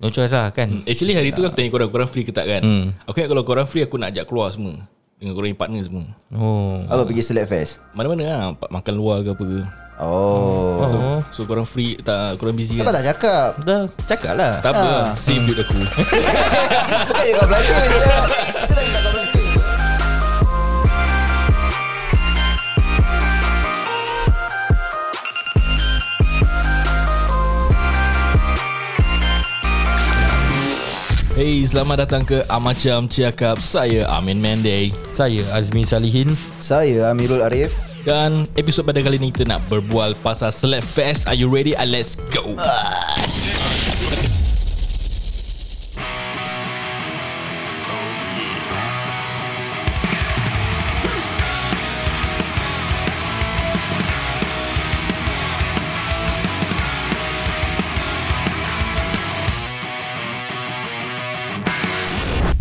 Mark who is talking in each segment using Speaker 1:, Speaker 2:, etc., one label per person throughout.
Speaker 1: No choice lah kan
Speaker 2: Actually hari tu kan aku tanya korang Korang free ke tak kan
Speaker 1: Hmm.
Speaker 2: Aku ingat kalau korang free Aku nak ajak keluar semua Dengan korang punya partner semua
Speaker 1: Oh
Speaker 3: Apa pergi select fest?
Speaker 2: Mana-mana lah pa- Makan luar ke apa ke
Speaker 3: Oh.
Speaker 2: So,
Speaker 1: Oh.
Speaker 2: so korang free tak, Korang busy
Speaker 3: Kau
Speaker 2: kan
Speaker 3: tak cakap.
Speaker 1: Dah Cakap lah
Speaker 2: Tak apa lah Save duit aku
Speaker 3: Bukan yang kat belakang je. Kita tak minta kat belakang.
Speaker 2: Hey selamat datang ke Amacam Ciakap Saya Amin Mende
Speaker 1: Saya Azmi Salihin
Speaker 3: Saya Amirul Arif.
Speaker 2: Dan episod pada kali ni Kita nak berbual pasal Slap Fest Are you ready? Ah, let's go
Speaker 1: Ah.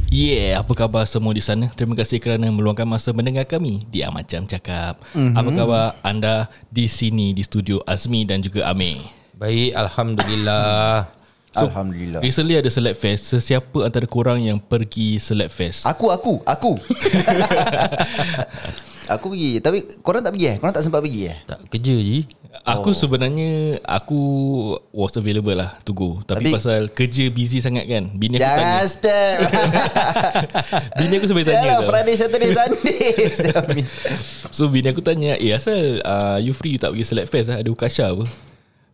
Speaker 2: Yeah, apa khabar semua di sana? Terima kasih kerana meluangkan masa mendengar kami di Amacam Cakap.
Speaker 1: Mhm.
Speaker 2: Mm-hmm. Apa khabar anda di sini di studio Azmi dan juga Amir?
Speaker 1: Baik Alhamdulillah
Speaker 3: Alhamdulillah.
Speaker 2: Recently ada Select Fest. Sesiapa antara korang yang pergi Select Fest?
Speaker 3: Aku aku aku. aku pergi. Tapi korang tak pergi eh? Korang tak sempat pergi eh?
Speaker 1: Tak kerja je
Speaker 2: Aku oh. sebenarnya aku was available lah to go. Tapi,
Speaker 3: Tapi-
Speaker 2: pasal kerja busy sangat kan. Bini aku
Speaker 3: Jangan
Speaker 2: tanya.
Speaker 3: step.
Speaker 2: Bini aku sampai tanya.
Speaker 3: Sialah
Speaker 2: tau.
Speaker 3: Friday Saturday Sunday. Siami.
Speaker 2: So bini aku tanya, "Eh, asal uh, you free you tak pergi Select Fest ah? Ada Ukasha apa?"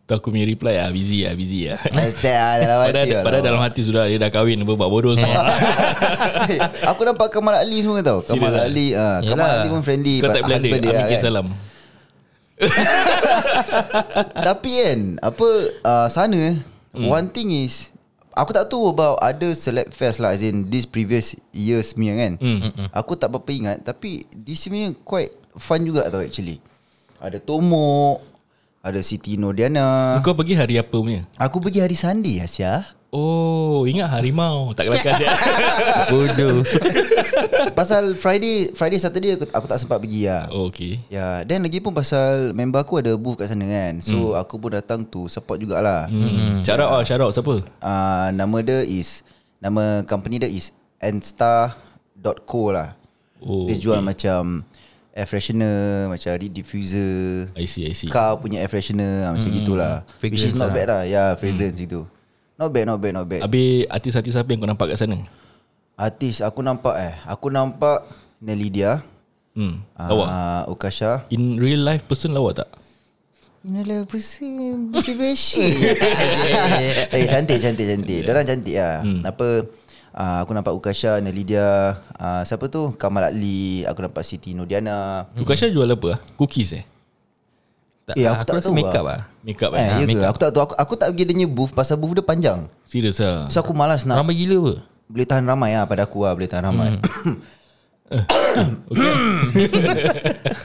Speaker 2: Tu aku punya reply, "Ah, busy ah, busy ah."
Speaker 3: Step lah dalam hati.
Speaker 2: Padahal, padahal
Speaker 3: lah.
Speaker 2: dalam hati sudah dia dah kahwin apa buat bodoh sangat.
Speaker 3: Hey, aku nampak Kamal Ali semua tau Kamal
Speaker 2: Serius ah?
Speaker 3: Ali ah, Kamal
Speaker 1: Yelah.
Speaker 3: Ali pun friendly
Speaker 2: Kau tak
Speaker 3: pa-
Speaker 2: bilang dia
Speaker 3: husband
Speaker 2: Amin
Speaker 3: lah
Speaker 2: kan? salam
Speaker 3: Tapi kan Apa uh, Sana eh One thing is Aku tak tahu about Ada select fest lah As in This previous years punya kan
Speaker 2: Hmm.
Speaker 3: Aku tak berapa ingat Tapi This punya quite Fun juga tau actually Ada Tomok Ada Siti Nordiana
Speaker 2: Kau pergi hari apa punya
Speaker 3: Aku pergi hari Sunday Asia
Speaker 2: Oh ingat harimau Tak kelakar siap
Speaker 1: Bodoh
Speaker 3: Pasal Friday Friday Saturday aku, aku tak sempat pergi lah
Speaker 2: Oh okay
Speaker 3: Ya, then lagi pun pasal member aku ada booth kat sana kan. So hmm. aku pun datang to support jugalah. Hmm.
Speaker 2: hmm. Shout out lah Shout out siapa
Speaker 3: Uh, nama dia is nama company dia is enstar.co lah.
Speaker 2: Oh
Speaker 3: Oh, dia jual macam air freshener, macam reed diffuser,
Speaker 2: I see I see
Speaker 3: car punya air freshener hmm. macam gitulah. Which
Speaker 1: Fragrance
Speaker 3: is not
Speaker 1: lah.
Speaker 3: bad lah. Ya, yeah, fragrance hmm. gitu. Not bad, not bad, not bad.
Speaker 2: Habis artis-artis apa yang kau nampak kat sana
Speaker 3: Artis aku nampak eh. Aku nampak Nelly Dia,
Speaker 2: hmm. Lawak
Speaker 3: uh, Ukasha,
Speaker 2: In real life person lawak tak
Speaker 3: Inilah pusing Bersih-bersih Eh cantik cantik cantik Diorang cantik lah hmm. Apa uh, Aku nampak Ukasha Nelidia uh, Siapa tu Kamal Adli Aku nampak Siti Nodiana
Speaker 2: hmm. Ukasha jual apa ah? Cookies eh
Speaker 1: tak,
Speaker 3: Eh, aku tak
Speaker 1: rasa
Speaker 3: tahu
Speaker 1: make up
Speaker 3: lah.
Speaker 1: lah
Speaker 2: Makeup
Speaker 3: Eh
Speaker 2: eh,
Speaker 3: ya ke Aku tak tahu aku, aku tak pergi dia punya booth Pasal booth dia panjang
Speaker 2: Serius lah
Speaker 3: So aku malas nak
Speaker 1: ah. Ramai gila apa
Speaker 3: Boleh tahan ramai lah Pada aku lah Boleh tahan ramai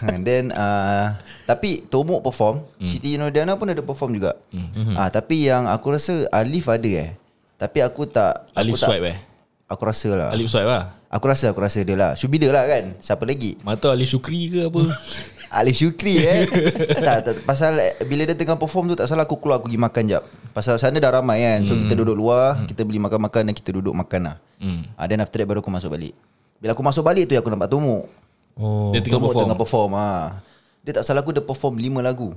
Speaker 3: And Then uh, Tapi Tomok perform mm. Siti Nodiana pun ada perform juga mm. uh, Tapi yang aku rasa Alif ada eh Tapi aku tak
Speaker 2: Alif
Speaker 3: aku tak,
Speaker 2: swipe eh
Speaker 3: Aku rasa lah Alif.
Speaker 2: Alif swipe lah
Speaker 3: Aku rasa aku rasa dia lah Should be dia lah kan Siapa lagi
Speaker 2: Mata Alif Syukri ke apa
Speaker 3: Alif Syukri eh tak, tak, Pasal eh, bila dia tengah perform tu Tak salah aku keluar aku pergi makan jap Pasal sana dah ramai kan So
Speaker 2: Hmm.
Speaker 3: kita duduk luar Kita beli makan-makan Dan kita duduk makan lah mm. uh, Then after that baru aku masuk balik Bila aku masuk balik tu yang Aku nampak Tomok
Speaker 1: Oh
Speaker 2: Dia tengah
Speaker 3: Tomok
Speaker 2: perform
Speaker 3: tengah perform ha. Dia tak salah aku Dia perform 5 lagu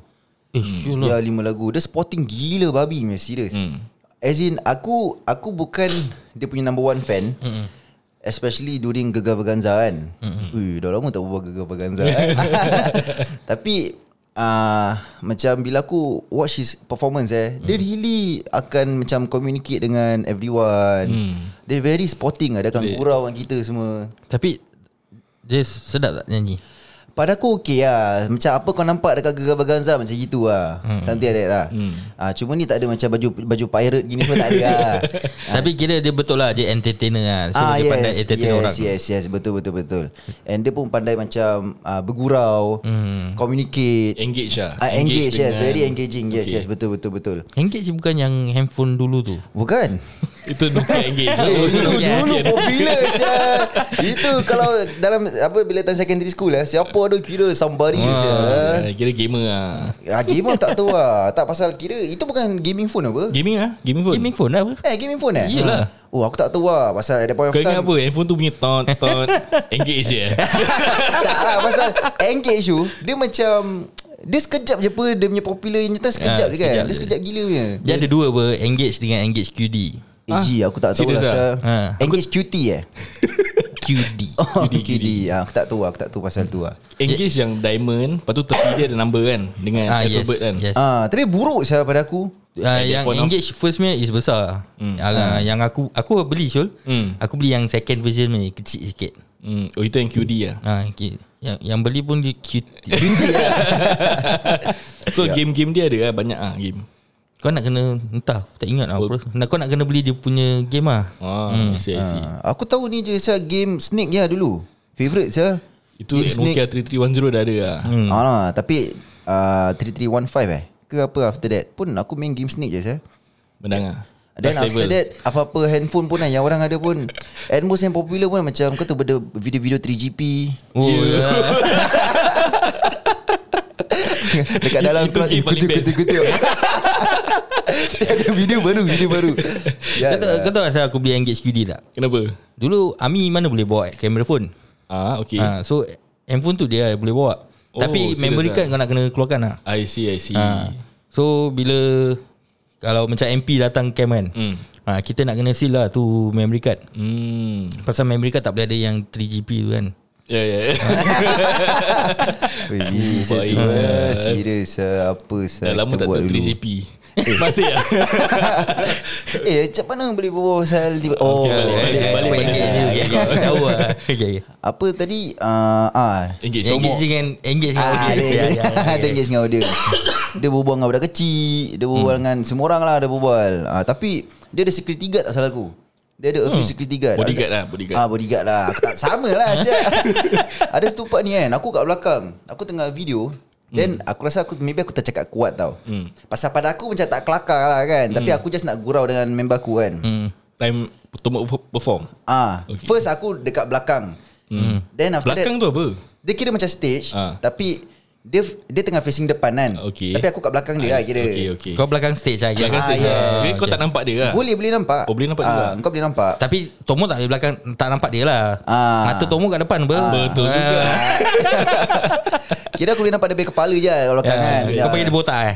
Speaker 1: Eh
Speaker 3: Dia
Speaker 1: syulah
Speaker 3: Ya, lima lagu Dia sporting gila babi man, Serius mm. As in Aku Aku bukan Dia punya number one fan mm Especially during Gegar Berganza kan mm Ui dah lama tak berbual Gegar Berganza kan? Tapi uh, Macam bila aku Watch his performance eh Dia really Akan macam Communicate dengan everyone Dia very sporting lah Dia akan gurau dengan kita semua
Speaker 1: Tapi Dia sedap tak nyanyi
Speaker 3: pada aku okey lah Macam apa kau nampak dekat Gegar Baganza Macam gitu lah hmm. Something like that lah hmm. ha, Cuma ni tak ada macam baju baju pirate gini semua tak ada lah
Speaker 1: Tapi kira dia betul lah Dia entertainer lah So
Speaker 3: Ah
Speaker 1: dia pandai
Speaker 3: yes,
Speaker 1: entertain
Speaker 3: yes,
Speaker 1: orang
Speaker 3: yes, yes, betul, betul, betul. And dia pun pandai macam uh, bergurau, mm. communicate,
Speaker 2: Engage lah
Speaker 3: uh, engage, yes,
Speaker 2: dengan-
Speaker 3: very engaging, yes,
Speaker 2: Okay.
Speaker 3: yes, betul, betul, betul.
Speaker 1: Engage bukan yang handphone dulu tu
Speaker 3: Bukan
Speaker 2: Itu Nokia engage.
Speaker 3: Eh,
Speaker 2: Oh, itu
Speaker 3: itu
Speaker 2: Nokia
Speaker 3: dulu
Speaker 2: engage.
Speaker 3: popular sia. Itu kalau dalam apa bila time secondary school lah, siapa ada kira somebody sia.
Speaker 2: Ah, Kira gamer lah.
Speaker 3: Ah, gamer tak tahu lah. Tak pasal kira itu bukan gaming phone apa?
Speaker 2: Gaming ah, gaming phone.
Speaker 1: Gaming phone lah apa?
Speaker 3: Eh, gaming phone eh?
Speaker 1: Yelah.
Speaker 3: Oh, aku tak tahu lah pasal at that point of
Speaker 2: Kau ingat
Speaker 3: time.
Speaker 2: apa? Handphone tu bunyi ton ton engage eh? je.
Speaker 3: tak lah pasal engage tu dia macam dia sekejap je apa dia punya popular yang nyata
Speaker 1: Ah,
Speaker 3: sekejap je kan.
Speaker 1: sekejap
Speaker 3: Dia
Speaker 1: je.
Speaker 3: sekejap gila punya.
Speaker 1: Dia ada dua apa Engage dengan Engage QD
Speaker 3: AG aku tak tahu lah.
Speaker 2: serious
Speaker 3: Syah.
Speaker 1: Ha.
Speaker 2: ah?
Speaker 3: Engage QT eh?
Speaker 1: QD
Speaker 3: Oh,
Speaker 2: QD.
Speaker 3: QD. Ah, aku tak tahu lah, aku tak tahu pasal tu lah.
Speaker 2: Engage yang diamond, lepas tu tepi dia ada number kan dengan
Speaker 1: Ah yes,
Speaker 2: alphabet kan.
Speaker 1: yes.
Speaker 3: Ah, tapi buruk saya pada aku.
Speaker 1: Ah,
Speaker 2: Like
Speaker 1: yang
Speaker 2: that point of-
Speaker 1: engage first punya is besar. Hmm. Ah, Yang aku aku beli Syul.
Speaker 2: Hmm.
Speaker 1: Aku beli yang second version punya kecil sikit.
Speaker 2: Hmm, oh itu yang QD lah.
Speaker 1: Ah, okay. Yang yang beli pun dia cute.
Speaker 2: So
Speaker 3: Ya.
Speaker 2: game-game dia ada lah banyak ah game.
Speaker 1: kau nak kena entah aku tak ingat lah. Bro. Nak kau nak kena beli dia punya game ah.
Speaker 2: Ah, hmm. I see, I see.
Speaker 3: Ah, aku tahu ni je saya game Snake je lah dulu. Favorite saya.
Speaker 2: Itu Nokia 3310 dah ada lah.
Speaker 3: Hmm. Ah, tapi uh, 3315 eh ke apa after that pun aku main game Snake je saya.
Speaker 2: Menang lah.
Speaker 3: Ah, Then
Speaker 2: Last
Speaker 3: after
Speaker 2: level.
Speaker 3: that Apa-apa handphone pun lah Yang orang ada pun At most yang popular pun Macam kau tu benda Video-video 3GP
Speaker 1: Oh,
Speaker 2: Ya.
Speaker 1: yeah.
Speaker 3: Dekat dalam
Speaker 2: Itu game paling best.
Speaker 3: Kutu-kutu Ada video baru Video baru
Speaker 1: kau
Speaker 3: Ya
Speaker 1: tahu, kau tahu asal aku beli engage QD tak?
Speaker 2: Kenapa?
Speaker 1: Dulu Ami mana boleh bawa kamera phone.
Speaker 2: Ah, okay.
Speaker 1: Ah, so handphone tu dia boleh bawa.
Speaker 2: Oh,
Speaker 1: Tapi
Speaker 2: serious
Speaker 1: memory
Speaker 2: ah?
Speaker 1: card kau nak kena keluarkan lah.
Speaker 2: I see, I see.
Speaker 1: Ha. So bila kalau macam MP datang camp kan.
Speaker 2: Hmm.
Speaker 1: Ha, kita nak kena seal lah tu memory card.
Speaker 2: Hmm.
Speaker 1: Pasal memory card tak boleh ada yang 3GP tu kan.
Speaker 2: Ya, ya, ya.
Speaker 3: Ah, Ui, Busy saya tu
Speaker 2: Baik, eh.
Speaker 3: ah, Serius ah, Apa saya
Speaker 2: Dah lama tak ada 3GP. Masih
Speaker 3: ah.
Speaker 2: lah.
Speaker 3: Eh macam mana boleh bawa pasal ni? Oh
Speaker 2: balik,
Speaker 3: balik,
Speaker 2: balik,
Speaker 3: balik,
Speaker 2: balik,
Speaker 3: balik.
Speaker 2: balik.
Speaker 1: Okay, okay, okay. Tahu lah. Okay, okay.
Speaker 3: Apa tadi ah, ah,
Speaker 2: Engage.
Speaker 1: Engage
Speaker 2: Somok.
Speaker 1: dengan engage dengan
Speaker 3: Ah,
Speaker 1: audience.
Speaker 3: dia,
Speaker 1: Ya,
Speaker 3: dia,
Speaker 1: ya, ya, ya.
Speaker 3: dia engage dengan audience Dia berbual dengan budak kecil Dia berbual hmm. dengan semua orang lah Dia berbual ah, Tapi Dia ada security guard tak salah aku Dia ada a few security guard
Speaker 2: Hmm. Bodyguard
Speaker 3: Ada-
Speaker 2: lah, bodyguard.
Speaker 3: Ah, bodyguard lah aku tak, Sama lah siap. Ada satu part ni kan Aku kat belakang Aku tengah video
Speaker 2: Hmm.
Speaker 3: Then aku rasa aku Maybe aku tak cakap kuat tau Pasal pada aku macam tak kelakar lah kan Tapi
Speaker 2: Hmm.
Speaker 3: aku just nak gurau dengan member aku kan
Speaker 1: Hmm.
Speaker 2: Time Tomok perform.
Speaker 3: Ah,
Speaker 2: Okay.
Speaker 3: First aku dekat belakang
Speaker 1: Hmm.
Speaker 3: Then after that
Speaker 2: Belakang tu apa?
Speaker 3: dia kira macam stage
Speaker 2: Ah.
Speaker 3: Tapi Dia dia tengah facing depan kan
Speaker 2: Okay. Ah,
Speaker 3: Tapi aku kat belakang dia lah kira
Speaker 2: Okay, okay.
Speaker 1: Kau belakang stage lah. kira.
Speaker 2: Belakang
Speaker 3: Ah,
Speaker 2: stage.
Speaker 3: yes.
Speaker 2: Jadi Kau tak nampak dia lah.
Speaker 3: Boleh boleh nampak Ah,
Speaker 2: Oh, boleh nampak juga.
Speaker 3: Kau boleh nampak
Speaker 1: Tapi Tomo tak ada belakang tak nampak dia lah.
Speaker 3: Ah.
Speaker 1: Mata Tomo kat depan Ah. Ya, ber.
Speaker 2: Betul juga.
Speaker 3: Kira aku boleh nampak dia punya kepala je Kalau belakang kan
Speaker 1: Ya, kau panggil dia botak eh.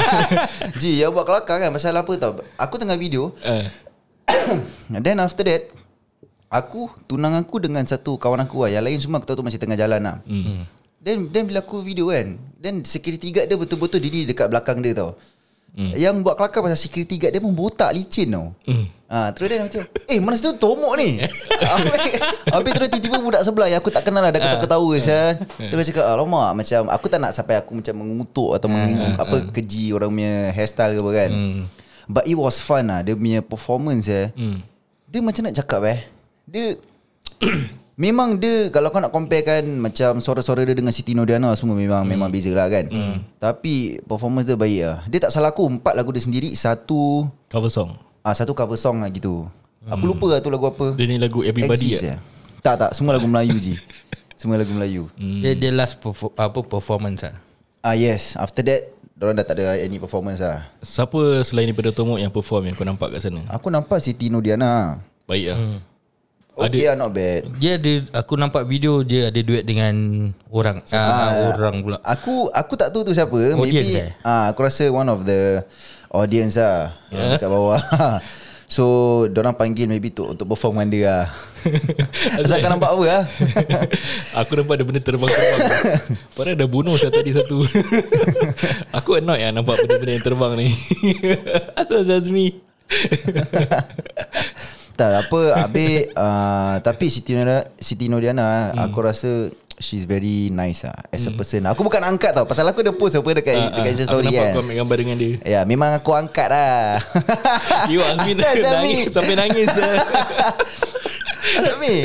Speaker 3: Ji yang buat kelakar kan Pasal apa tau Aku tengah video
Speaker 2: Eh,
Speaker 3: And then after that Aku Tunang aku dengan satu kawan aku lah Yang lain semua aku tahu tu masih tengah jalan lah
Speaker 2: Hmm.
Speaker 3: mm. Then, then bila aku video kan Then security guard dia betul-betul Diri dekat belakang dia tau mm. Yang buat kelakar pasal security guard dia pun botak licin tau mm. ha, Terus dia macam Eh mana situ tomok ni Habis- Habis terus tiba-tiba budak sebelah Yang aku tak kenal lah Dah ketawa-ketawa saya. Terus dia cakap Alamak macam Aku tak nak sampai aku macam mengutuk Atau meng, apa keji orang punya hairstyle ke apa kan But it was fun lah Dia punya performance eh dia macam nak cakap eh Dia Memang dia Kalau kau nak comparekan Macam suara-suara dia Dengan Siti Nodiana Semua memang Memang beza lah kan Tapi Performance dia baik lah Dia tak salah aku Empat lagu dia sendiri Satu
Speaker 2: cover song.
Speaker 3: ah, Satu cover song lah gitu Aku lupa lah tu lagu apa
Speaker 2: Dia ni lagu Everybody
Speaker 3: Exist
Speaker 2: lah.
Speaker 3: eh? Tak tak Semua lagu Melayu je Semua lagu Melayu
Speaker 1: Dia, dia last perfo- apa performance lah.
Speaker 3: Ah yes After that Diorang dah tak ada Any performance lah
Speaker 2: Siapa selain daripada Tomok yang perform yang kau nampak kat sana?
Speaker 3: Aku nampak Siti Nodiana
Speaker 2: Baik lah.
Speaker 3: Hmm. Okay lah not bad
Speaker 1: Dia ada aku nampak video dia ada duet dengan orang. Ah, orang pula.
Speaker 3: Aku aku tak tahu tu siapa
Speaker 1: Audience
Speaker 3: Maybe
Speaker 1: eh?
Speaker 3: ah aku rasa one of the audience lah
Speaker 2: Eh?
Speaker 3: yeah. dekat bawah. So orang panggil maybe tu untuk perform dengan dia lah. Azal kau nampak apa lah
Speaker 2: Aku nampak ada benda terbang-terbang Padahal dah bunuh saya tadi satu Aku annoyed lah nampak benda-benda yang terbang ni Asal Zazmi
Speaker 3: Tak apa Habis uh, Tapi Siti Nodiana, Siti Nodiana hmm. Aku rasa She's very nice lah As a person Aku bukan angkat tau Pasal aku ada post apa Dekat, uh, dekat
Speaker 2: Hmm. Ah,
Speaker 3: Insta
Speaker 2: Aku
Speaker 3: story
Speaker 2: nampak
Speaker 3: kan
Speaker 2: kau ambil gambar dengan dia
Speaker 3: Ya memang aku angkat lah
Speaker 2: You Azmi
Speaker 3: Asal Azmi
Speaker 2: nangis, Sampai nangis ah.
Speaker 3: Azmi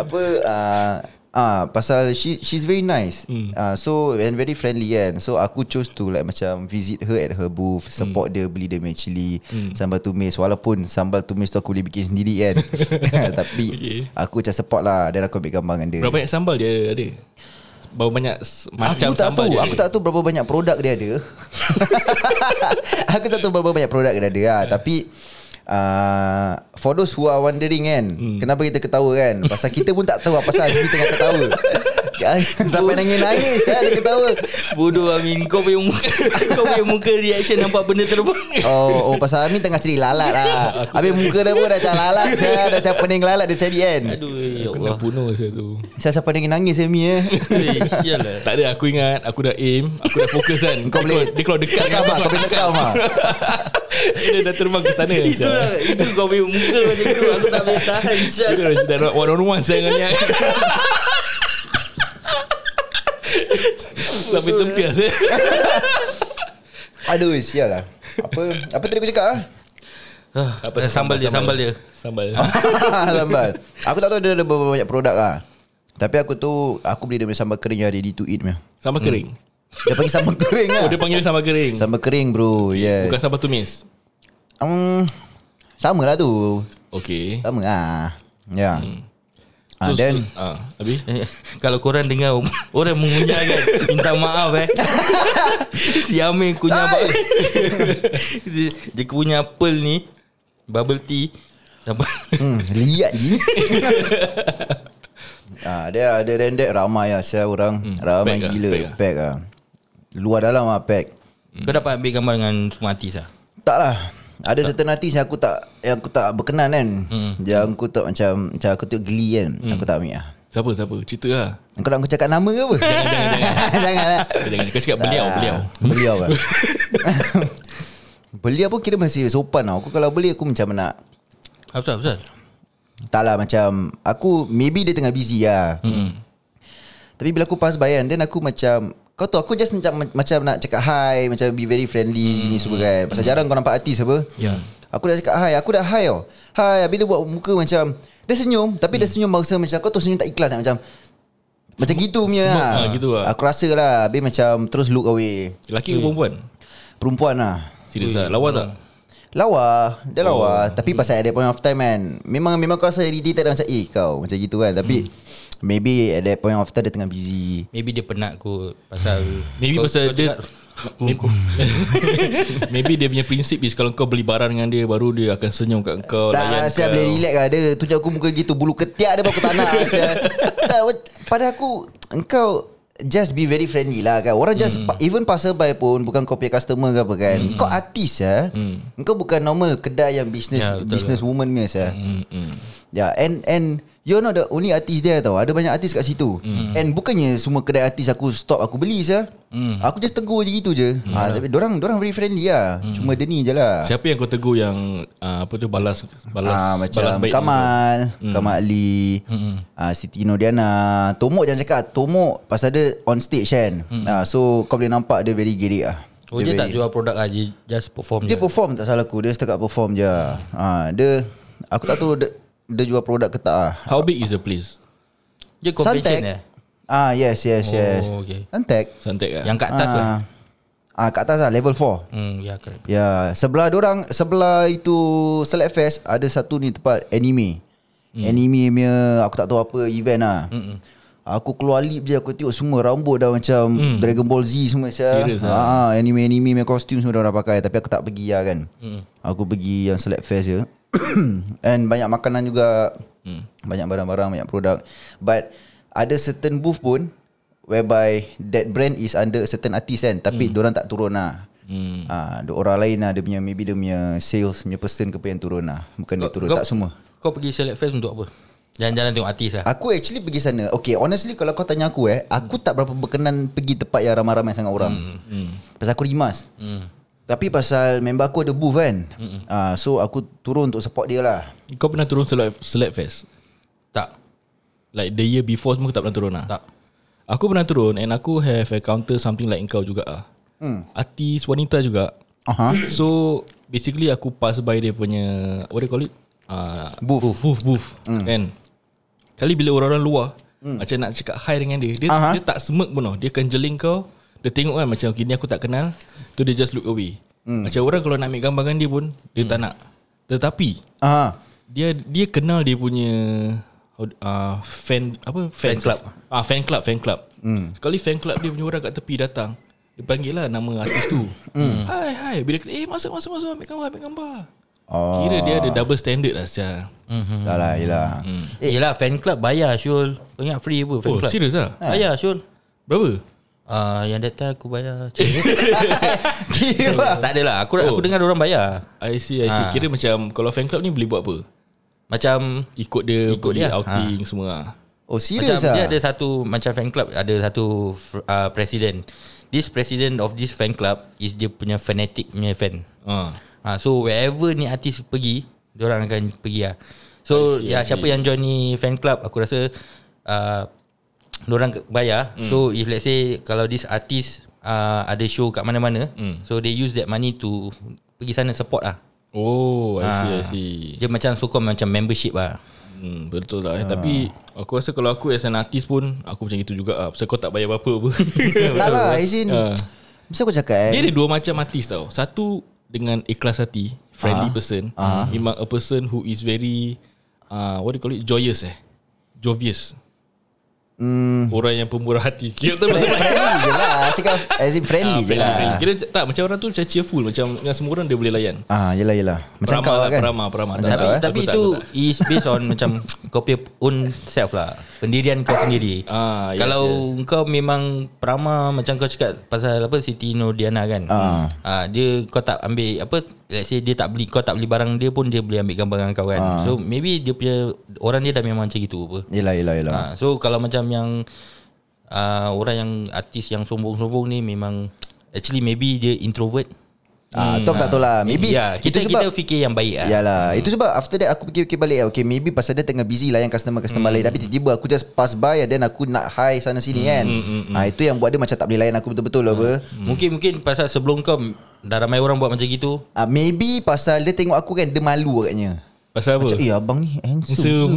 Speaker 3: Apa uh, Ah, pasal she she's very nice. Mm. Ah, so and very friendly kan. So aku choose to like macam visit her at her booth, support mm. dia beli dia punya chili, mm. sambal tumis walaupun sambal tumis tu aku boleh bikin sendiri kan. Tapi
Speaker 2: Okay.
Speaker 3: okay. aku macam support lah dan aku ambil gambar dengan dia.
Speaker 2: Berapa banyak sambal dia ada? Berapa banyak s- macam
Speaker 3: aku tak
Speaker 2: sambal
Speaker 3: tahu,
Speaker 2: dia
Speaker 3: aku tak tahu berapa banyak produk dia ada. aku tak tahu berapa banyak produk dia ada lah. tapi uh, for those who are wondering kan, hmm. kenapa kita ketawa kan? Pasal kita pun tak tahu apa pasal Azmi tengah ketawa. Sampai nangis-nangis ya, dia ketawa.
Speaker 1: Bodoh Amin Kau punya muka Kau punya muka reaction Nampak benda terbang
Speaker 3: Oh, oh pasal Amin tengah cari lalat lah. Habis muka dia pun dah macam lalat saya, dah macam pening lalat dia cari kan.
Speaker 1: Aduh ya
Speaker 2: Kena
Speaker 1: Allah
Speaker 2: bunuh saya tu
Speaker 3: Saya sampai nangis-nangis Azmi eh.
Speaker 1: Eh, Sial lah
Speaker 2: Tak ada aku ingat Aku dah aim Aku dah fokus kan
Speaker 3: Kau boleh
Speaker 2: Dia kalau dekat
Speaker 3: Tekam
Speaker 2: dengan
Speaker 3: ah,
Speaker 2: aku,
Speaker 3: kau boleh tekam ah.
Speaker 2: Dia dah terbang ke sana
Speaker 1: Itulah Itu kau punya muka macam tu Aku tak boleh tahan Sial
Speaker 2: Kira dah dah one on one saya dengan Niat Sampai tempias eh.
Speaker 3: Aduh, sial lah. Apa apa tadi aku cakap ah?
Speaker 1: Ah, Sambal dia Sambal dia
Speaker 2: Sambal
Speaker 3: Sambal Aku tak tahu dia ada berapa banyak produk lah Tapi aku tu Aku beli dia punya sambal kering yang ready to eat punya
Speaker 2: Sambal kering
Speaker 3: Dia panggil sambal kering lah
Speaker 2: Oh dia panggil sambal kering
Speaker 3: Hmm. Sambal kering bro yeah.
Speaker 2: Bukan sambal tumis
Speaker 3: um, Sama lah tu
Speaker 2: Okay
Speaker 3: Sama lah Ya yeah. Ah,
Speaker 2: Hmm. So,
Speaker 3: then
Speaker 2: so- ah, Habis
Speaker 1: Eh, Kalau korang dengar um, Orang mengunyah kan Minta maaf eh Si Amir kunyah
Speaker 3: Hai.
Speaker 1: bubble dia, dia kunyah apple ni Bubble tea Sampai
Speaker 3: hmm, Liat je ah, Dia ada rendek ramai lah Saya orang
Speaker 2: pack
Speaker 3: Ramai
Speaker 2: lah,
Speaker 3: gila
Speaker 2: pack
Speaker 3: pack
Speaker 2: lah.
Speaker 3: lah. Luar dalam lah pack
Speaker 1: Kau dapat ambil gambar dengan semua artis lah
Speaker 3: Tak lah Ada certain artis yang aku tak Yang aku tak berkenan kan hmm. Yang aku tak macam Macam aku tengok geli kan hmm. Aku tak ambil lah
Speaker 2: Siapa siapa Cerita lah
Speaker 3: Kau nak aku cakap nama ke apa? Jangan Jangan Jangan lah
Speaker 2: Jangan kau cakap beliau
Speaker 3: Ah,
Speaker 2: Beliau
Speaker 3: Beliau kan Beliau pun kira masih sopan tau Aku kalau beli aku macam nak
Speaker 1: Apa pasal?
Speaker 3: Tak lah macam Aku maybe dia tengah busy lah hmm. Tapi bila aku pass by kan Then aku macam Kau tahu aku just macam, macam nak cakap hi Macam be very friendly hmm. Ni semua kan Pasal jarang kau nampak artis apa
Speaker 1: Ya.
Speaker 3: Aku dah cakap hi Aku dah hi tau Hi Habis dia buat muka macam Dia senyum Tapi
Speaker 2: Hmm.
Speaker 3: dia senyum bangsa macam Kau tu senyum tak ikhlas kan? Macam Macam gitu punya
Speaker 2: smug
Speaker 3: lah.
Speaker 2: lah, gitu lah.
Speaker 3: Aku rasa lah Habis macam Terus look away
Speaker 2: Lelaki ke perempuan
Speaker 3: Perempuan lah
Speaker 2: Serius lah Lawa tak
Speaker 3: Lawa Dia lawa oh. Tapi pasal at that point of time kan Memang memang aku rasa irritated Macam eh kau Macam gitu kan Tapi
Speaker 2: Hmm.
Speaker 3: Maybe at that point of time Dia tengah busy
Speaker 1: Maybe dia penat kot Hmm. Pasal Oh,
Speaker 2: Maybe
Speaker 1: kau-
Speaker 2: pasal
Speaker 1: kau
Speaker 2: dia
Speaker 1: cakap-
Speaker 2: Maybe, maybe dia punya prinsip is Kalau kau beli barang dengan dia Baru dia akan senyum kat kau
Speaker 3: tak
Speaker 2: layan
Speaker 3: lah saya
Speaker 2: kau.
Speaker 3: boleh relax lah Dia tunjuk aku muka gitu Bulu ketiak dia pun aku tak nak lah, saya. tak, wa- Pada aku Engkau Just be very friendly lah kan Orang
Speaker 1: Hmm.
Speaker 3: just pa- Even pasal by pun Bukan kau punya customer ke apa kan Kau artis ya Engkau bukan normal Kedai yang business
Speaker 1: Hmm. Ya, betul Hmm,
Speaker 3: Business woman punya saya. Ya yeah, and and You're not the only artist there tau Ada banyak artis kat situ
Speaker 1: Hmm.
Speaker 3: And bukannya Semua kedai artis aku Stop aku beli saya.
Speaker 1: Hmm.
Speaker 3: Aku just tegur je gitu je ha, Tapi dorang, dorang very friendly lah
Speaker 1: Hmm.
Speaker 3: Cuma dia ni je lah
Speaker 2: Siapa yang kau tegur yang uh, apa tu balas balas
Speaker 3: Ah,
Speaker 2: balas
Speaker 3: macam Kamal, hmm. Kamal Ali, hmm. ah, Siti Nodiana, Tomok jangan cakap Tomok pasal dia on stage kan. Hmm. Ah, so kau boleh nampak dia very gerik ah.
Speaker 1: Oh dia, tak
Speaker 3: very-
Speaker 1: jual produk lah Dia Hmm. just perform
Speaker 3: Dia
Speaker 1: je
Speaker 3: perform tak salah aku, dia setakat perform je. Ah, dia aku tak tahu dia, dia jual produk ke tak ah.
Speaker 2: How big is the place?
Speaker 1: Dia convention eh
Speaker 3: Ah, yes yes
Speaker 1: Oh,
Speaker 3: yes.
Speaker 1: okay.
Speaker 3: Santek.
Speaker 2: Santek lah.
Speaker 1: Yang kat atas lah
Speaker 3: ah. ah, kat atas lah level 4.
Speaker 1: Hmm ya correct
Speaker 3: Ya, sebelah orang sebelah itu Select Fest ada satu ni tempat anime. Hmm. Anime punya aku tak tahu apa event lah. Hmm. Aku keluar lip je aku tengok semua rambut dah macam hmm. Dragon Ball Z semua saya.
Speaker 2: Serious
Speaker 3: Ha, anime-anime punya kostum semua orang pakai tapi aku tak pergi lah kan. Hmm. Aku pergi yang Select Fest je. And banyak makanan juga. Hmm. Banyak barang-barang, banyak produk. But ada certain booth pun whereby that brand is under a certain artist kan tapi hmm. orang tak turun lah. Hmm. Ah, ada orang lain lah dia punya maybe dia punya sales punya person ke apa yang turun lah. Bukan dia turun tak semua. Ah.
Speaker 1: Kau pergi select fest untuk apa? Jalan-jalan tengok artis lah
Speaker 3: Aku actually pergi sana. Okay, honestly kalau kau tanya aku eh, aku tak berapa berkenan pergi tempat yang ramai-ramai sangat orang. Hmm. Pasal aku rimas. Hmm. Tapi pasal member aku ada booth kan. Hmm. Ah, so aku turun untuk support dia lah.
Speaker 2: Kau pernah turun select, select fest?
Speaker 1: Tak
Speaker 2: Like the year before semua kau tak pernah turun lah?
Speaker 1: Tak
Speaker 2: Aku pernah turun and aku have encounter something like kau juga ah. Hmm. Artis wanita juga.
Speaker 3: Aha.
Speaker 2: So basically aku pass by dia punya what do you call it? Uh,
Speaker 3: Booth.
Speaker 2: Booth, booth. Hmm. Kan? Kali bila orang-orang luar Macam nak cakap hi dengan dia Dia,
Speaker 3: Aha.
Speaker 2: uh-huh. dia tak semek pun tau Dia akan jeling kau Dia tengok kan macam Okay ni aku tak kenal Tu dia just look away
Speaker 3: Hmm.
Speaker 2: Macam orang kalau nak ambil gambar dengan dia pun Dia tak nak Tetapi
Speaker 3: Aha.
Speaker 2: Dia dia kenal dia punya uh, Fan Apa Fan, fan club ah, Fan club Fan club
Speaker 1: Hmm.
Speaker 2: Sekali fan club dia punya orang kat tepi datang Dia panggil lah nama artis tu
Speaker 1: Hmm.
Speaker 2: Hai hai Bila kata Eh masuk masuk masuk Ambil gambar ambil gambar
Speaker 1: Ah.
Speaker 3: Oh.
Speaker 2: Kira dia ada double standard lah Syah
Speaker 3: Hmm. Dah lah, yelah.
Speaker 1: Eh, Yelah fan club bayar Syul Kau ingat free apa fan
Speaker 2: Oh
Speaker 1: club Ha.
Speaker 2: serius lah
Speaker 1: Bayar Syul
Speaker 2: Berapa?
Speaker 1: Ah, yang datang aku bayar
Speaker 3: Kira.
Speaker 1: Tak adalah Aku aku dengar orang bayar
Speaker 2: I see, I
Speaker 1: Ah.
Speaker 2: see. Kira macam kalau fan club ni boleh buat apa?
Speaker 1: Macam
Speaker 2: Ikut dia,
Speaker 1: Ikut
Speaker 2: Ikut
Speaker 1: dia. Ah.
Speaker 2: dia outing ha. semua lah.
Speaker 3: Oh,
Speaker 1: Macam
Speaker 3: serius
Speaker 1: dia
Speaker 3: ah.
Speaker 1: ada satu Macam fan club Ada satu uh, President This president of this fan club Is dia punya fanatic punya fan
Speaker 2: Ha.
Speaker 1: ha, So wherever ni artis pergi Diorang akan pergi lah So
Speaker 2: I see,
Speaker 1: ya,
Speaker 2: I see.
Speaker 1: siapa yang join ni fan club Aku rasa uh, Diorang ke- bayar mm.
Speaker 2: Hmm.
Speaker 1: So if let's say Kalau this artist uh, Ada show kat mana-mana
Speaker 2: Hmm.
Speaker 1: mm. So they use that money to Pergi sana support lah
Speaker 2: Oh, I see,
Speaker 1: Ah.
Speaker 2: I see.
Speaker 1: Dia macam so-called macam membership lah
Speaker 2: Hmm, betul
Speaker 3: Ah.
Speaker 2: lah. Ha. Tapi aku rasa kalau aku as an artist pun aku macam itu juga lah. Pasal kau tak bayar apa-apa pun.
Speaker 3: Tak lah, as in.
Speaker 2: Ah.
Speaker 3: Mesti aku cakap eh.
Speaker 2: Dia ada dua macam artis tau. Satu dengan ikhlas hati, friendly
Speaker 3: Ah.
Speaker 2: person. Memang a person who is very uh, what do you call it? Joyous eh. Jovious.
Speaker 3: Hmm.
Speaker 2: Orang yang pemurah hati. Kira tu maksud
Speaker 3: Friendly je lah. Cakap as in friendly
Speaker 2: Ah,
Speaker 3: je
Speaker 2: Friendly.
Speaker 3: lah.
Speaker 2: Kira macam- tak macam orang tu macam cheerful macam dengan semua orang dia boleh layan.
Speaker 3: Ah, yelah yelah.
Speaker 2: Peramah
Speaker 3: Macam kau lah
Speaker 2: lah,
Speaker 3: kan.
Speaker 2: peramah, peramah.
Speaker 3: Macam
Speaker 1: Tapi,
Speaker 3: kau eh.
Speaker 1: tapi
Speaker 2: Aku tak,
Speaker 1: itu
Speaker 2: aku tak.
Speaker 1: is based on macam kau punya own self lah. Pendirian kau sendiri.
Speaker 2: Ah, yes,
Speaker 1: Kalau kau memang peramah macam kau cakap pasal apa Siti Nordiana kan.
Speaker 3: Ah.
Speaker 1: Ah, dia kau tak ambil apa let's say dia tak beli kau tak beli barang dia pun dia boleh ambil gambar dengan kau kan.
Speaker 3: Ah.
Speaker 1: So maybe dia punya orang dia dah memang macam gitu apa.
Speaker 3: Yelah yelah yelah.
Speaker 1: Ah, so kalau macam yang uh, orang yang artis yang sombong-sombong ni memang actually maybe dia introvert.
Speaker 3: Ah, tu aku tak tahu lah. Maybe
Speaker 1: ya,
Speaker 3: itu
Speaker 1: kita
Speaker 3: sebab
Speaker 1: kita
Speaker 3: Ya.
Speaker 1: fikir yang baik ah.
Speaker 3: Yalah Itu sebab after that Aku fikir-fikir balik lah. Okay maybe pasal dia tengah busy layan customer-customer lain Tapi tiba-tiba aku just pass by And then aku nak hi sana sini kan ha, Itu yang buat dia macam tak boleh layan aku betul-betul lah apa
Speaker 1: Hmm. Mungkin mungkin pasal sebelum kau dah ramai orang buat macam gitu.
Speaker 3: Ah, Maybe pasal dia tengok aku kan Dia malu agaknya
Speaker 2: Pasal apa?
Speaker 3: Macam eh abang ni
Speaker 2: Handsome.
Speaker 3: handsome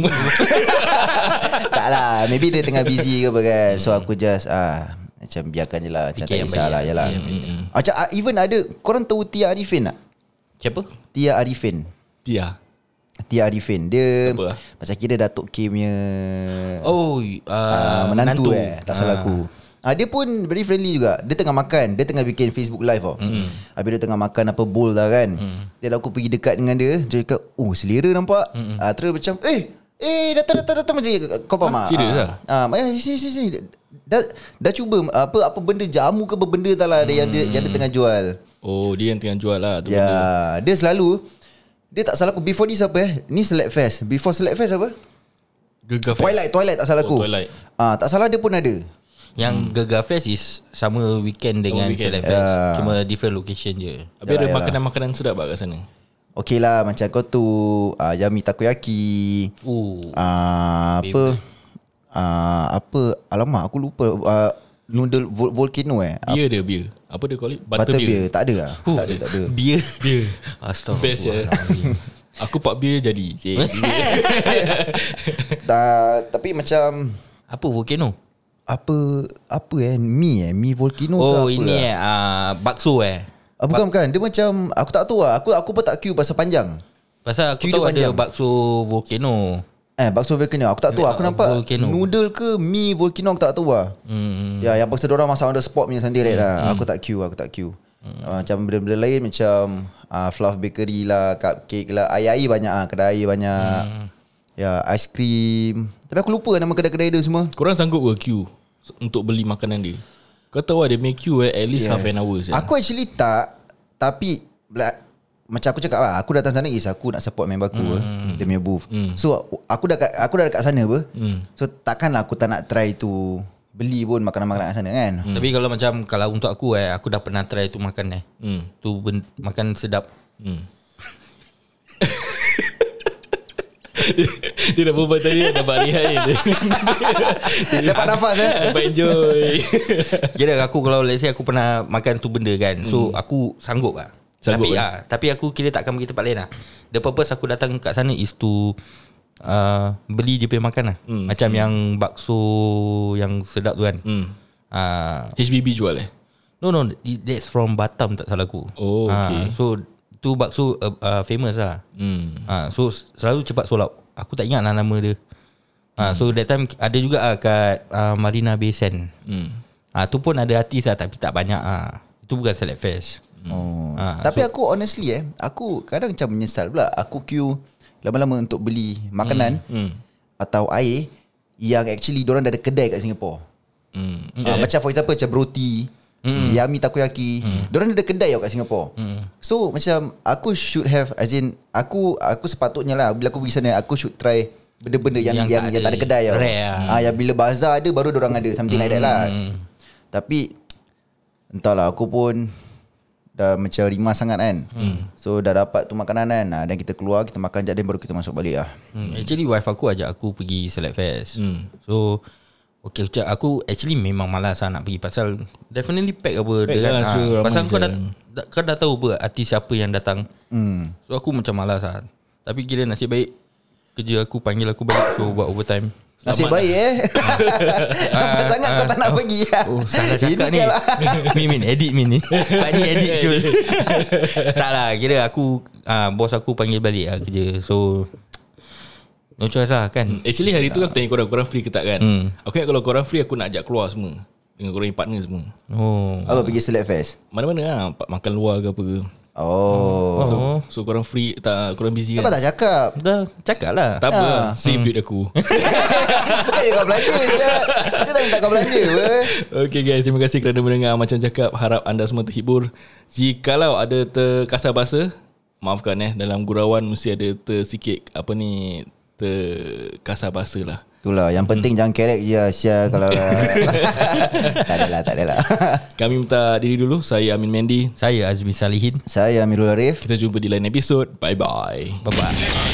Speaker 3: Tak lah Maybe dia tengah busy ke apa kan So aku just ah, Macam biarkan je lah Macam
Speaker 1: Fikir
Speaker 3: tak
Speaker 1: yang
Speaker 3: kisah
Speaker 1: baik,
Speaker 3: lah Yalah Macam ah, even ada Korang tahu Tia Arifin tak?
Speaker 1: Siapa?
Speaker 3: Tia Arifin
Speaker 2: Tia.
Speaker 3: Tia Arifin Dia
Speaker 2: Apa lah?
Speaker 3: Macam kira Datuk K punya
Speaker 1: Oh,
Speaker 3: uh,
Speaker 1: uh,
Speaker 3: menantu, menantu eh Tak salah aku Ah dia pun very friendly juga. Dia tengah makan, dia tengah bikin Facebook live tau. Mm. Habis dia tengah makan apa bowl lah kan. Mm. Dia aku pergi dekat dengan dia, dia cakap, "Oh, selera nampak." Mm. Ah terus macam, "Eh, eh datang datang datang macam kau faham ah?"
Speaker 2: serious
Speaker 3: ah. Ah, ah sini sini sini. Dah dah cuba apa apa benda jamu ke apa benda tak lah ada yang dia yang dia tengah jual.
Speaker 2: Oh, dia yang tengah jual lah tu
Speaker 3: Ya,
Speaker 2: benda.
Speaker 3: dia selalu dia tak salah aku before ni apa eh? Ni Select Fest. Before Select Fest apa?
Speaker 2: Gegar fan.
Speaker 3: Twilight, Twilight tak
Speaker 2: Oh,
Speaker 3: salah aku.
Speaker 2: Twilight.
Speaker 3: Ah, tak salah dia pun ada.
Speaker 1: Yang Gegar Fest is sama weekend dengan
Speaker 2: Hmm. Oh, weekend.
Speaker 1: Select Fest.
Speaker 3: Ya.
Speaker 1: Cuma different location je.
Speaker 2: Habis ada makanan-makanan sedap tak kat sana?
Speaker 3: Okey lah macam kau tu uh, Yami takoyaki
Speaker 1: Ooh.
Speaker 3: uh, Apa uh, Apa Alamak aku lupa uh, Noodle vol- volcano eh
Speaker 2: Beer dia, beer. Apa dia call it? Butter,
Speaker 3: Butter
Speaker 2: beer.
Speaker 3: beer Tak ada lah Tak ada tak ada
Speaker 1: Beer.
Speaker 2: Beer. Best
Speaker 1: Astagfirullah.
Speaker 2: ya. Aku pak beer jadi. Cik. ya.
Speaker 3: Ta- Ah, Tapi macam
Speaker 1: Apa volcano?
Speaker 3: Apa Apa eh Mi eh Mi volcano ke
Speaker 1: Oh,
Speaker 3: apa
Speaker 1: ini
Speaker 3: lah.
Speaker 1: eh uh, bakso eh.
Speaker 3: ah, Bukan bukan Dia macam Aku tak tahu lah Aku aku pun tak queue pasal panjang
Speaker 1: Pasal aku tahu
Speaker 3: Kira
Speaker 1: ada
Speaker 3: panjang.
Speaker 1: bakso volcano.
Speaker 3: Eh bakso volcano Aku tak tahu Aku
Speaker 1: Ah,
Speaker 3: nampak
Speaker 1: volcano.
Speaker 3: Noodle ke Mi volcano Aku tak tahu lah
Speaker 1: Hmm.
Speaker 3: Ya yang pasal orang masak on the spot punya sendiri right, lah. Aku tak queue, aku tak queue.
Speaker 1: Hmm.
Speaker 3: Uh, macam benda-benda lain macam uh, fluff bakery lah, cupcake lah, air-air banyak ah, kedai air banyak.
Speaker 1: Hmm.
Speaker 3: Ya, ice cream. Tapi aku lupa nama kedai-kedai dia semua.
Speaker 2: Korang sanggup ke queue untuk beli makanan dia? Kau tahu lah dia make queue eh, at least
Speaker 3: Yes.
Speaker 2: half an hour saja.
Speaker 3: Aku actually tak tapi like, macam aku cakap lah Aku datang sana is aku nak support member aku
Speaker 1: Hmm.
Speaker 3: mm. Dia punya booth So aku dah kat, aku dah dekat sana apa
Speaker 2: Hmm.
Speaker 3: So takkanlah aku tak nak try tu Beli pun makanan-makanan kat sana kan
Speaker 1: Tapi kalau macam kalau untuk aku eh aku dah pernah try tu makan eh.
Speaker 2: Hmm.
Speaker 1: Tu ben- makan sedap.
Speaker 2: Hmm. dia dah berbual tadi Dapat rehat je
Speaker 3: Dapat nafas eh
Speaker 2: Dapat enjoy
Speaker 1: Kira aku kalau let's say aku pernah makan tu benda kan. So aku sanggup lah.
Speaker 2: Hmm. Sanggup
Speaker 1: tapi
Speaker 2: eh?
Speaker 1: ah, tapi aku kira takkan pergi tempat lain lah. The purpose aku datang kat sana is to uh, beli dia punya makan lah.
Speaker 2: Hmm.
Speaker 1: Mm. Macam mm. yang bakso yang sedap tu kan. Mm.
Speaker 2: Hmm.
Speaker 1: Uh,
Speaker 2: HBB jual eh
Speaker 1: no no i- that's from Batam tak salah aku.
Speaker 2: Oh,
Speaker 1: Ah,
Speaker 2: okay.
Speaker 1: so tu bakso uh, uh, famous lah.
Speaker 2: Hmm
Speaker 1: Ha, so s- selalu cepat sold out. Aku tak ingat lah nama dia. Ha, so that time ada juga lah kat uh, Marina Bay Sand.
Speaker 2: Hmm
Speaker 1: Ha, tu pun ada artis lah tapi tak banyak ah. Itu bukan select fest.
Speaker 3: Oh.
Speaker 1: Ah,
Speaker 3: Tapi aku honestly eh, aku kadang macam menyesal pula aku queue lama-lama untuk beli makanan
Speaker 2: Hmm
Speaker 3: atau air yang actually diorang dah ada kedai kat Singapura.
Speaker 2: Hmm
Speaker 3: Yeah. Ah, macam for example macam roti, mm. yummy takoyaki, mm. diorang ada kedai tau kat Singapura. Mm. So macam aku should have as in aku aku sepatutnya lah bila aku pergi sana aku should try benda-benda yang
Speaker 1: Yang
Speaker 3: yang, yang,
Speaker 1: tak
Speaker 3: yang tak ada
Speaker 1: ada.
Speaker 3: kedai tau.
Speaker 1: Rare lah.
Speaker 3: Ah yang bila bazar ada baru diorang ada something like that lah. Tapi Entahlah aku pun Dah macam rimah sangat kan hmm. So dah dapat tu makanan kan ah, Dan kita keluar Kita makan sekejap Then baru kita masuk balik lah
Speaker 1: Hmm, actually wife aku ajak aku pergi select fest. Hmm. So Okay Ucap Aku actually memang malas lah nak pergi Pasal Definitely pack apa
Speaker 2: Pack lah,
Speaker 1: ah.
Speaker 2: sure, ramai
Speaker 1: Pasal kau dah,
Speaker 2: je.
Speaker 1: dah- kau dah tahu apa Artis siapa yang datang
Speaker 3: hmm.
Speaker 1: So aku macam malas lah Tapi kira nasib baik Kerja aku panggil aku balik So buat overtime
Speaker 3: Nasib baik eh Nampak sangat kau tak nak pergi
Speaker 1: Oh salah cakap ni
Speaker 3: kan lah.
Speaker 1: Min min edit min ni Pak ni edit Syul Tak lah kira aku ah Bos aku panggil balik lah kerja So No choice lah kan
Speaker 2: Hmm, Actually hari tu aku tanya korang Korang free ke tak kan
Speaker 1: Hmm.
Speaker 2: Aku ingat kalau korang free Aku nak ajak keluar semua Dengan korang punya partner semua
Speaker 1: Oh
Speaker 3: Apa pergi select fest
Speaker 2: Mana-mana lah pak- Makan luar ke apa ke
Speaker 1: Hmm.
Speaker 3: Oh,
Speaker 2: So, so korang free tak, Korang busy kan
Speaker 3: Kenapa tak cakap
Speaker 1: Dah cakap lah
Speaker 2: Tak apa Save duit aku
Speaker 3: Bukan yang kau belanja je Kita tak minta kau belanja apa
Speaker 2: Okay guys Terima kasih kerana mendengar Macam cakap Harap anda semua terhibur Jikalau ada terkasar bahasa Maafkan eh Dalam gurauan Mesti ada tersikit Apa ni Terkasar bahasa lah
Speaker 3: Itulah yang penting jangan kerek je Asia kalau lah. Tak adalah tak adalah
Speaker 2: Kami minta diri dulu Saya Amin Mendy
Speaker 1: Saya Azmi Salihin
Speaker 3: Saya Amirul Arif
Speaker 2: Kita jumpa di lain episod Bye bye
Speaker 1: Bye bye